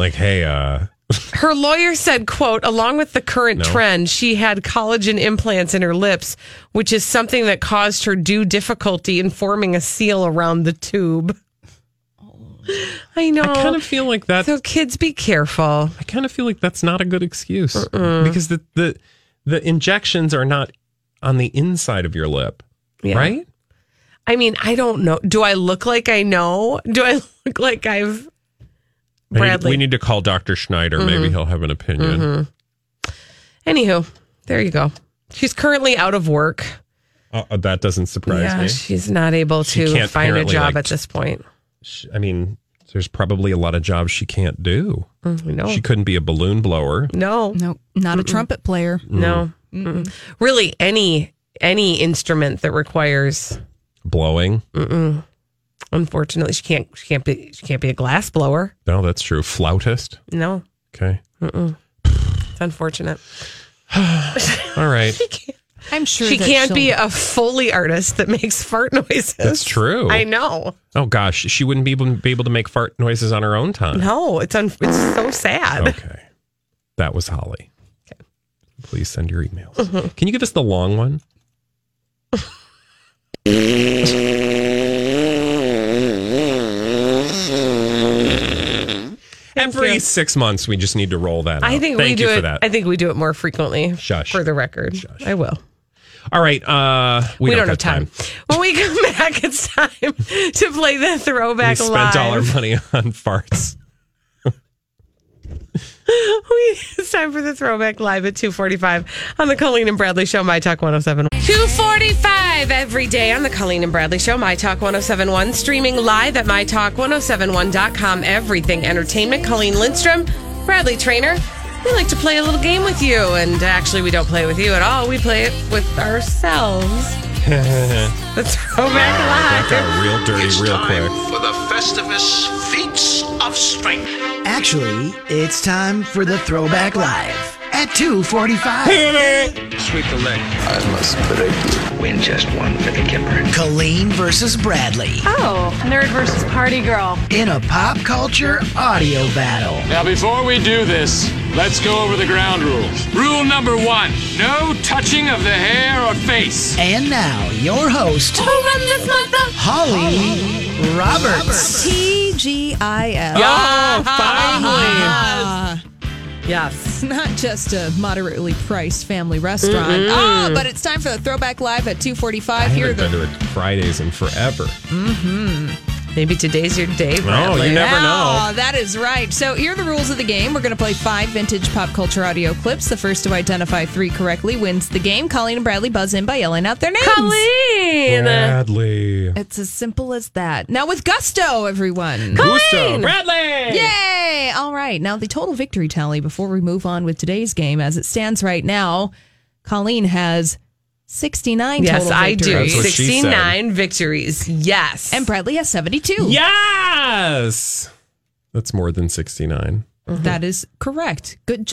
Speaker 4: Like, hey, uh,
Speaker 2: Her lawyer said, quote, along with the current
Speaker 4: No.
Speaker 2: trend, she had collagen implants in her lips, which is something that caused her due difficulty in forming a seal around the tube. I know.
Speaker 4: Oh. I kind of feel like that.
Speaker 2: So kids be careful.
Speaker 4: I kind of feel like that's not a good excuse because the, the the injections are not on the inside of your lip,
Speaker 2: Yeah.
Speaker 4: right?
Speaker 2: I mean, I don't know. Do I look like I know? Do I look like I've
Speaker 4: I need-
Speaker 2: Bradley?
Speaker 4: we need to call Dr. Schneider. Maybe
Speaker 2: Mhm.
Speaker 4: he'll have an opinion.
Speaker 2: Mhm. Anywho, there you go. She's currently out of work.
Speaker 4: Uh, uh, that doesn't surprise
Speaker 2: yeah,
Speaker 4: me.
Speaker 2: she's not able
Speaker 4: She
Speaker 2: to
Speaker 4: can't
Speaker 2: find a
Speaker 4: apparently,
Speaker 2: job
Speaker 4: like,
Speaker 2: at this point.
Speaker 4: Sh- I mean, there's probably a lot of jobs she can't do.
Speaker 2: No.
Speaker 4: She couldn't be a balloon blower.
Speaker 2: No. No,
Speaker 13: not a trumpet player.
Speaker 2: No. Mm-mm. Really any any instrument that requires
Speaker 4: Blowing?
Speaker 2: mm-mm. unfortunately she can't she can't be she can't be a glass blower.
Speaker 4: No, that's true. Flautist.
Speaker 2: No.
Speaker 4: Okay.
Speaker 2: Mm-mm. It's unfortunate.
Speaker 4: All right.
Speaker 2: I'm sure she can't be a Foley artist that makes fart noises.
Speaker 4: That's true.
Speaker 2: I know.
Speaker 4: Oh gosh, she wouldn't be able, be able to make fart noises on her own time.
Speaker 2: No, it's un- it's so sad.
Speaker 4: Okay, that was Holly. Please send your emails.
Speaker 2: Mm-hmm.
Speaker 4: Can you give us the long one? Every six months, we just need to roll that.
Speaker 2: I
Speaker 4: out.
Speaker 2: think
Speaker 4: Thank
Speaker 2: we do
Speaker 4: you
Speaker 2: it.
Speaker 4: for that.
Speaker 2: I think we do it more frequently.
Speaker 4: Shush.
Speaker 2: For the record, I will.
Speaker 4: All right, uh, we,
Speaker 2: We
Speaker 4: don't,
Speaker 2: don't have
Speaker 4: time.
Speaker 2: When we come back, it's time to play the
Speaker 4: We
Speaker 2: throwback
Speaker 4: spent
Speaker 2: live.
Speaker 4: all our money on farts.
Speaker 2: We- it's time for the throwback live at 2:45 on the Colleen and Bradley Show, My Talk 107. 2:45 every day on the Colleen and Bradley Show, My Talk 1071, streaming live at mytalk1071.com. Everything Entertainment. Colleen Lindstrom, Bradley Trainer. We like to play a little game with you, and actually, we don't play with you at all. We play it with ourselves.
Speaker 4: That's
Speaker 2: The throwback live.
Speaker 4: got real dirty, real quick.
Speaker 14: For the Festivus Feats of Strength.
Speaker 7: Actually, it's time for the Throwback Live at 2.45.
Speaker 14: Sweep the leg. I must break you. Win just one for the Kipper.
Speaker 7: Colleen versus Bradley.
Speaker 15: Oh, nerd versus party girl.
Speaker 7: In a pop culture audio battle.
Speaker 16: Now, before we do this, let's go over the ground rules. Rule number one no touching of the hair or face.
Speaker 7: And now, your host, Holly Roberts.
Speaker 3: TGIF.
Speaker 7: Yeah,
Speaker 3: Ah.
Speaker 2: Yes.
Speaker 3: It's not just a moderately priced family restaurant.
Speaker 4: Mm-mm.
Speaker 3: Oh, but it's time for the Throwback Live at 245. Here are
Speaker 4: haven't
Speaker 3: the
Speaker 4: been to a Fridays in forever.
Speaker 2: Mm-hmm. Maybe today's your day. Bradley.
Speaker 4: you never
Speaker 3: Oh, that is right. So here are the rules of the game. We're going to play five vintage pop culture audio clips. The first to identify three correctly wins the game. Colleen and Bradley buzz in by yelling out their names. Colleen!
Speaker 4: Bradley.
Speaker 3: It's as simple as that. Now with gusto, everyone.
Speaker 4: Colleen! Gusto. Bradley!
Speaker 3: Yay! All right. Now the total victory tally before we move on with today's game as it stands right now, Colleen has 69
Speaker 2: Yes,
Speaker 3: total
Speaker 2: I do.
Speaker 3: victories.
Speaker 2: 69 victories. Yes.
Speaker 3: And Bradley has 72.
Speaker 4: Yes. That's more than 69.
Speaker 3: That is correct. Good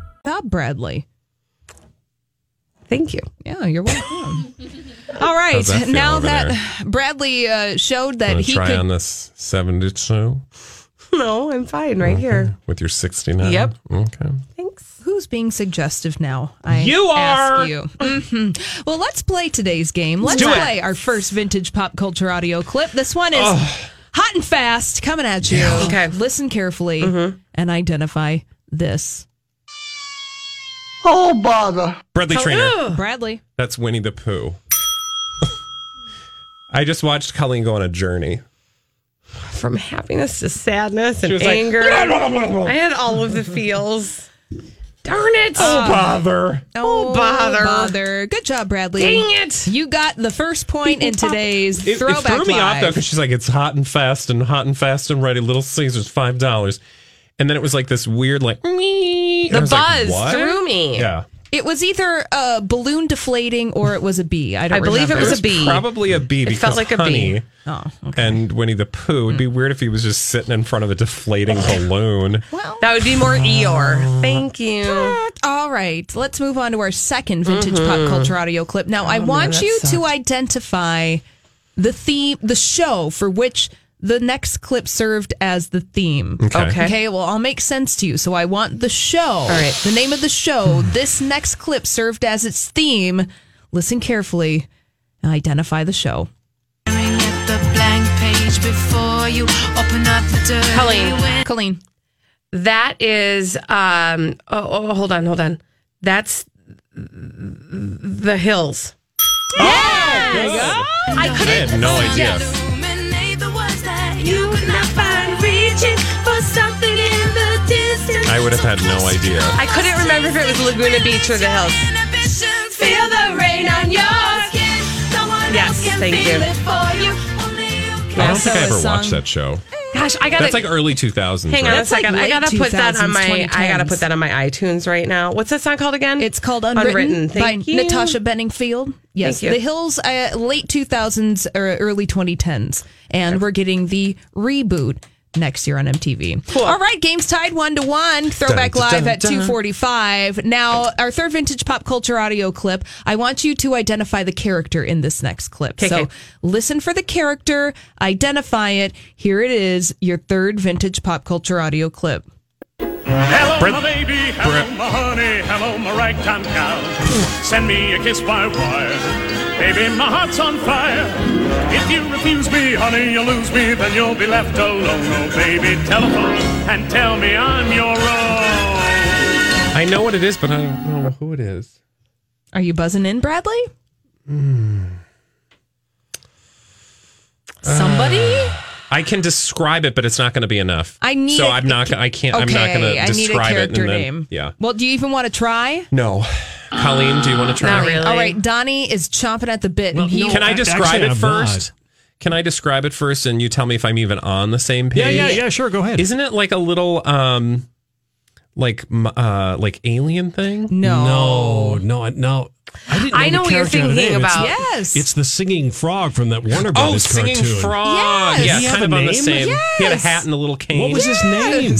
Speaker 3: job, Bradley.
Speaker 2: Thank you.
Speaker 3: Yeah, you're welcome. All right.
Speaker 4: How's that feel
Speaker 3: now
Speaker 4: over
Speaker 3: that Bradley uh, showed that
Speaker 4: Wanna
Speaker 3: he
Speaker 4: try
Speaker 3: could
Speaker 4: on this 72
Speaker 2: No, I'm fine right here.
Speaker 4: with your 69?
Speaker 3: Yep.
Speaker 4: Okay.
Speaker 3: Who's being suggestive now? I
Speaker 4: You are.
Speaker 3: Ask you. Mhm. Well, let's play today's game.
Speaker 4: Let's
Speaker 3: Let's,
Speaker 4: do it.
Speaker 3: play our first vintage pop culture audio clip. This one is
Speaker 4: Ugh.
Speaker 3: hot and fast, coming at you.
Speaker 2: Yeah. Mm-hmm.
Speaker 3: Okay, listen carefully and identify this.
Speaker 7: Oh, bother.
Speaker 4: Bradley Trainer.
Speaker 3: Bradley.
Speaker 4: That's Winnie the Pooh. I just watched Colleen go on a journey.
Speaker 2: From happiness to sadness and
Speaker 4: was like,
Speaker 2: anger. I had all of the feels. Darn it.
Speaker 3: Oh,
Speaker 4: bother.
Speaker 3: Oh,
Speaker 2: bother.
Speaker 3: bother. Good job, Bradley.
Speaker 2: Dang it.
Speaker 3: You got the first point in today's
Speaker 4: It, it
Speaker 3: throwback
Speaker 4: threw me off
Speaker 3: live.
Speaker 4: though because she's like, it's hot and fast and hot and fast and ready. Little Caesars, five dollars, and then it was like this weird like and I
Speaker 3: The
Speaker 4: was like,
Speaker 3: buzz
Speaker 4: "What?"
Speaker 3: threw me.
Speaker 4: Yeah,
Speaker 3: It was either a balloon deflating or it was a bee. I don't. remember.
Speaker 4: Probably a bee.
Speaker 3: It felt
Speaker 4: because
Speaker 3: like a bee.
Speaker 4: honey
Speaker 3: Oh, Mm.
Speaker 4: And Winnie the Pooh. It'd be weird if he was just sitting in front of a deflating balloon.
Speaker 2: That would be more Eeyore. Thank you.
Speaker 3: All right, let's move on to our second vintage pop
Speaker 2: Mhm.
Speaker 3: culture audio clip. Now, I
Speaker 2: man,
Speaker 3: want
Speaker 2: Oh, that
Speaker 3: you to
Speaker 2: sucks.
Speaker 3: identify the theme, the show for which the next clip served as the theme.
Speaker 2: Okay. Okay.
Speaker 3: Okay, well, I'll make sense to you. So I want the show. All
Speaker 2: right.
Speaker 3: The name of the show, this next clip served as its theme. Listen carefully. and Identify the show.
Speaker 17: The blank page before you open up the door.
Speaker 3: Colleen. Colleen.
Speaker 2: That is um oh, oh hold on, hold on. That's the hills.
Speaker 17: I
Speaker 4: Oh, I had no idea.
Speaker 17: You could not find reaching for something in the distance.
Speaker 4: I would have had no idea.
Speaker 2: I couldn't remember if it was Laguna Beach or the hills.
Speaker 17: Feel the rain on your skin. No one
Speaker 2: Yes,
Speaker 17: else can
Speaker 2: thank
Speaker 17: feel
Speaker 2: you.
Speaker 17: it for you.
Speaker 4: I don't
Speaker 2: Also
Speaker 4: think I
Speaker 2: a
Speaker 4: ever
Speaker 2: song-
Speaker 4: watched that show.
Speaker 2: Gosh, I gotta
Speaker 4: That's like early 2000s.
Speaker 2: Hang on
Speaker 4: right?
Speaker 2: a second. I gotta put that on my. I gotta put that on my iTunes right now. What's that song called again? It's
Speaker 3: called
Speaker 2: Unwritten. Thank
Speaker 3: by
Speaker 2: you.
Speaker 3: Natasha Benningfield. Yes,
Speaker 2: Thank you.
Speaker 3: The Hills, uh, late 2000s or early 2010s, and we're getting the reboot next year on MTV. All right, games tied one to one. Throwback
Speaker 17: Dun, dun,
Speaker 3: live
Speaker 17: dun,
Speaker 3: at
Speaker 17: dun.
Speaker 3: 2:45. Now, our third vintage pop culture audio clip. I want you to identify the character in this next clip.
Speaker 2: Okay,
Speaker 3: so
Speaker 2: okay.
Speaker 3: listen for the character, identify it. Here it is, your third vintage pop culture audio clip.
Speaker 7: Hello,
Speaker 3: Brent-
Speaker 7: my baby. Hello, my honey. Hello, my ragtime gal. Send me a kiss by wire. Baby, my heart's on fire. If you refuse me, honey, you'll lose me. Then you'll be left alone. Oh, baby, telephone and tell me I'm your own.
Speaker 4: I know what it is, but I don't know who it is.
Speaker 3: Are you buzzing in, Bradley?
Speaker 2: Hmm.
Speaker 3: Somebody?
Speaker 2: Uh,
Speaker 4: I can describe it, but it's not going to be enough.
Speaker 3: I need
Speaker 4: So
Speaker 3: a-
Speaker 4: I'm not. I can't. I'm not going
Speaker 3: Okay, I
Speaker 4: to
Speaker 3: need a
Speaker 4: describe it.
Speaker 3: character
Speaker 4: and then-
Speaker 3: name.
Speaker 4: Yeah.
Speaker 3: Well, do you even want to try?
Speaker 4: No. Colleen, do you want to try?
Speaker 3: All right, Donnie is chomping at the bit. and he-
Speaker 4: can I describe it first? Can I describe it first, and you tell me if I'm even on the same page?
Speaker 5: Yeah, yeah, yeah, sure, go ahead.
Speaker 4: Isn't it like a little, um, like, m- uh, like alien thing?
Speaker 5: No, no, no. I, didn't
Speaker 2: I
Speaker 5: the
Speaker 2: know what you're
Speaker 5: character had a
Speaker 2: thinking
Speaker 5: name. It's-
Speaker 2: about. Yes.
Speaker 5: It's the singing frog from that Warner
Speaker 4: Oh,
Speaker 5: Brothers
Speaker 4: singing
Speaker 5: cartoon.
Speaker 4: frog.
Speaker 3: Yes.
Speaker 4: Yeah,
Speaker 5: He had
Speaker 4: kind
Speaker 5: a
Speaker 4: of on the
Speaker 5: name?
Speaker 4: same. He had a
Speaker 5: Yes.
Speaker 4: hat and a little cane.
Speaker 5: What was his name?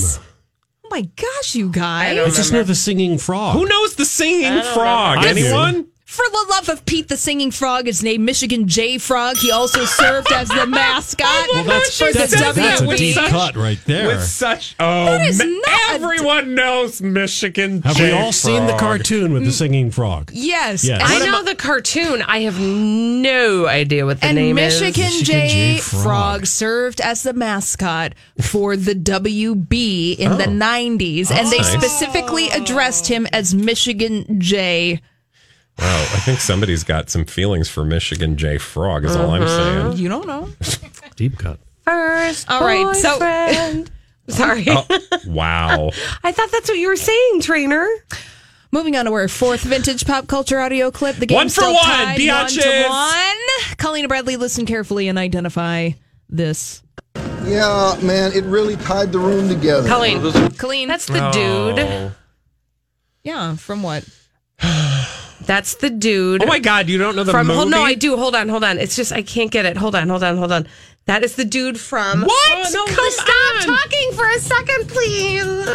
Speaker 3: Oh my gosh, you guys!
Speaker 5: I just know the singing frog.
Speaker 4: Who knows the
Speaker 3: I
Speaker 4: singing
Speaker 3: don't
Speaker 4: frog?
Speaker 5: remember. I do.
Speaker 4: Anyone?
Speaker 3: For the love of Pete, the singing frog is named Michigan J Frog. He also served as the mascot.
Speaker 5: Well, that's,
Speaker 3: for
Speaker 5: that's,
Speaker 3: the
Speaker 5: that's, a
Speaker 3: WWE.
Speaker 5: deep cut right there.
Speaker 4: With such oh,
Speaker 3: That is
Speaker 4: ma-
Speaker 3: not a-
Speaker 4: everyone knows Michigan.
Speaker 5: Have we
Speaker 4: J.
Speaker 5: all seen the
Speaker 4: Frog.
Speaker 5: cartoon with the singing frog?
Speaker 3: Yes,
Speaker 5: Yes.
Speaker 2: I
Speaker 5: What
Speaker 2: know the cartoon. I have no idea what the
Speaker 3: and
Speaker 2: name
Speaker 3: Michigan,
Speaker 2: is.
Speaker 3: J. Frog. served as the mascot for the WB in the 90s, and
Speaker 4: Oh. That's
Speaker 3: they
Speaker 4: nice.
Speaker 3: specifically addressed him as Michigan J.
Speaker 4: Wow, I think somebody's got some feelings for Michigan J. Frog. Is all I'm
Speaker 2: Mm-hmm.
Speaker 4: saying.
Speaker 3: You don't know.
Speaker 5: Deep cut.
Speaker 2: First,
Speaker 3: All right, so-
Speaker 2: so sorry.
Speaker 4: Oh. Wow.
Speaker 2: I thought that's what you were saying, trainer.
Speaker 3: Moving on to our fourth vintage pop culture audio clip. The game
Speaker 2: One for
Speaker 3: still
Speaker 2: one,
Speaker 3: tied, one to
Speaker 2: biatches.
Speaker 3: one. Colleen and Bradley, listen carefully and identify this.
Speaker 18: Yeah, man, it really tied the room together.
Speaker 3: Colleen, Colleen, that's
Speaker 2: the dude.
Speaker 4: Oh.
Speaker 3: Yeah, from what?
Speaker 2: That's the dude.
Speaker 4: Oh my God, you don't know the
Speaker 2: from, Hold, no,
Speaker 4: movie?
Speaker 2: I do. Hold on, hold on. It's just I can't get it. Hold on, hold on, hold on. That is the dude from.
Speaker 17: What?
Speaker 2: Oh, no,
Speaker 17: Come
Speaker 2: please stop talking for a second, please.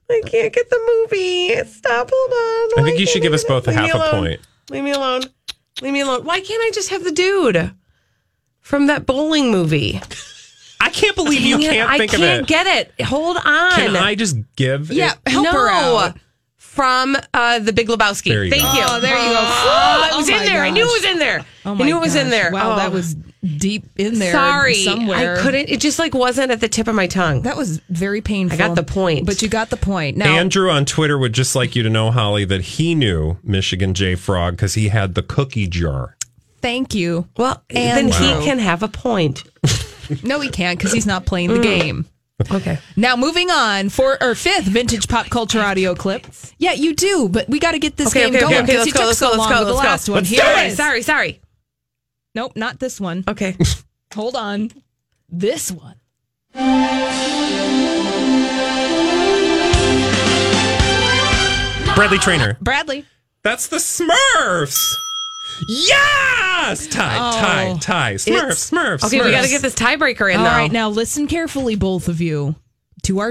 Speaker 2: I can't get the movie. Stop. Hold on.
Speaker 4: I think you should give us both a
Speaker 2: Leave me
Speaker 4: half a
Speaker 2: alone.
Speaker 4: point.
Speaker 2: Leave me alone. Leave me alone. Why can't I just have the dude from that bowling movie?
Speaker 4: I can't believe you can't think
Speaker 2: I
Speaker 4: of
Speaker 2: can't
Speaker 4: it.
Speaker 2: get it. Hold on.
Speaker 4: Can I just give? it-
Speaker 2: Yeah, help her out. From uh, the Big Lebowski.
Speaker 4: There you
Speaker 2: Thank
Speaker 4: go.
Speaker 2: you.
Speaker 3: Oh, there you go.
Speaker 2: Oh, it was
Speaker 3: Oh,
Speaker 2: in
Speaker 3: my
Speaker 2: there. I knew it
Speaker 3: gosh.
Speaker 2: was in there.
Speaker 3: Oh
Speaker 2: I
Speaker 3: my
Speaker 2: knew it was in
Speaker 3: gosh.
Speaker 2: there.
Speaker 3: Wow,
Speaker 2: Oh.
Speaker 3: that was deep in there.
Speaker 2: Sorry,
Speaker 3: somewhere.
Speaker 2: I couldn't. It just like wasn't at the tip of my tongue.
Speaker 3: That was very painful.
Speaker 2: I got the point.
Speaker 3: But you got the point. Now,
Speaker 4: Andrew on Twitter would just like you to know, Holly, that he knew Michigan J. Frog because he had the cookie jar.
Speaker 3: thank you.
Speaker 2: Well,
Speaker 3: Andrew.
Speaker 4: he can
Speaker 2: have a point.
Speaker 3: No, he can't because he's not playing the game.
Speaker 2: Okay.
Speaker 3: Now, moving on for our fifth vintage pop culture audio clip. Yeah, you do, but we got to get this
Speaker 2: Okay,
Speaker 3: game
Speaker 2: okay, okay,
Speaker 3: going
Speaker 2: okay,
Speaker 3: because
Speaker 2: let's
Speaker 3: you
Speaker 2: go,
Speaker 3: took
Speaker 2: let's
Speaker 3: so
Speaker 2: go, let's
Speaker 3: long
Speaker 2: go,
Speaker 3: with the
Speaker 2: let's go.
Speaker 3: last one.
Speaker 2: Let's
Speaker 3: Here
Speaker 2: do
Speaker 3: it
Speaker 2: it.
Speaker 3: is.
Speaker 2: Sorry, sorry.
Speaker 3: Nope, not this one.
Speaker 2: Okay.
Speaker 3: Hold on. This one.
Speaker 4: Bradley Trainer.
Speaker 3: Bradley.
Speaker 4: That's the Smurfs. Yes! Tie, tie,
Speaker 3: Oh.
Speaker 4: tie. Smurfs,
Speaker 3: It's-
Speaker 4: Smurfs.
Speaker 3: Okay, we
Speaker 4: Smurfs.
Speaker 3: gotta get
Speaker 2: this tiebreaker
Speaker 3: All right, now listen carefully, both of you, to our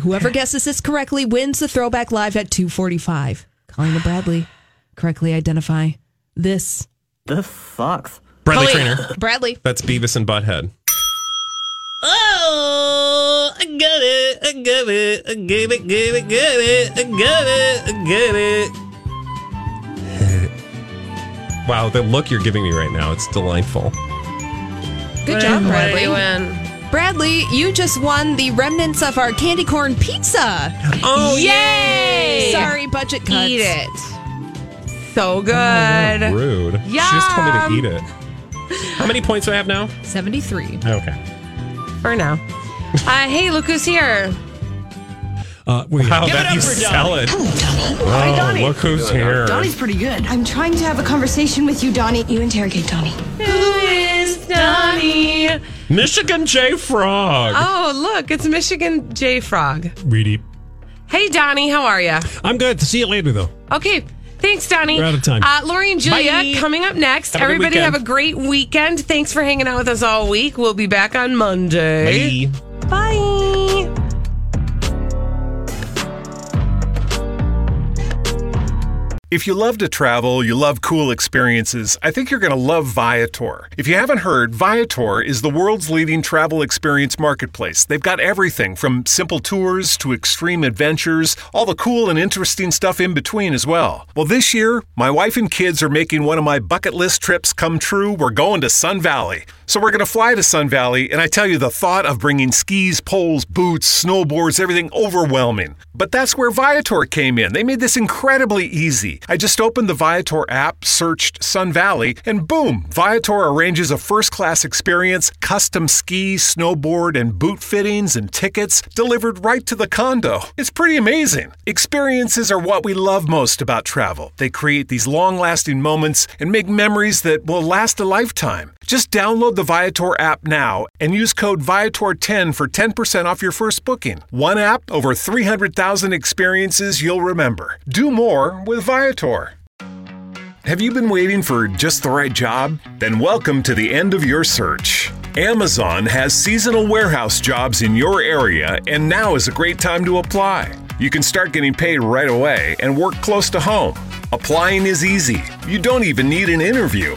Speaker 3: Whoever guesses this correctly wins the throwback live at 245. Colleen and Bradley, correctly identify this.
Speaker 4: The fucks. Bradley Trainer.
Speaker 3: Bradley.
Speaker 4: That's Beavis and Butthead.
Speaker 17: Oh, I got it. I got it. I gave it, gave it, gave it. I got it. I got it.
Speaker 4: Wow, the look you're giving me right now, it's delightful.
Speaker 3: Good job, Bradley. Bradley, you just won the remnants of our candy corn pizza.
Speaker 2: Oh,
Speaker 3: yay!
Speaker 2: yay.
Speaker 3: Sorry, budget cuts.
Speaker 2: Eat
Speaker 3: it.
Speaker 2: So good.
Speaker 4: Rude. She just told me to eat it. How many points do I have now?
Speaker 3: 73.
Speaker 4: Okay.
Speaker 2: For now. Uh, hey, look who's here.
Speaker 5: Uh, we
Speaker 19: Wow, Give it that up you for sell Donnie. it.
Speaker 17: Donnie.
Speaker 19: Wow,
Speaker 17: Hi, Donnie.
Speaker 19: look who's here.
Speaker 17: Donnie's pretty good. I'm trying to have a conversation with you, Donnie. You interrogate Donnie. Who is Donnie?
Speaker 19: Michigan J Frog.
Speaker 2: Oh, look, it's Michigan J Frog.
Speaker 5: Reedy.
Speaker 2: Hey, Donnie, how are you?
Speaker 5: I'm good. See you later, though.
Speaker 2: Okay. Thanks, Donnie.
Speaker 5: We're out of time.
Speaker 2: Uh, Lori and Julia
Speaker 5: Bye.
Speaker 2: coming up next.
Speaker 5: Have a good
Speaker 2: Everybody
Speaker 5: weekend.
Speaker 2: have a great weekend. Thanks for hanging out with us all week. We'll be back on Monday. Bye. Bye.
Speaker 4: If you love to travel, you love cool experiences, I think you're going to love Viator. If you haven't heard, Viator is the world's leading travel experience marketplace. They've got everything from simple tours to extreme adventures, all the cool and interesting stuff in between as well. Well, this year, my wife and kids are making one of my bucket list trips come true. We're going to Sun Valley. So we're going to fly to Sun Valley, and I tell you, the thought of bringing skis, poles, boots, snowboards, everything overwhelming. But that's where Viator came in. They made this incredibly easy. I just opened the Viator app, searched Sun Valley, and boom, Viator arranges a first class experience, custom ski, snowboard, and boot fittings and tickets delivered right to the condo. It's pretty amazing. Experiences are what we love most about travel. They create these long lasting moments and make memories that will last a lifetime. Just download the Viator app now and use code Viator10 for 10% off your first booking. One app, over 300,000 experiences you'll remember. Do more with Viator. Have you been waiting for just the right job? Then welcome to the end of your search. Amazon has seasonal warehouse jobs in your area, and now is a great time to apply. You can start getting paid right away and work close to home. Applying is easy, you don't even need an interview.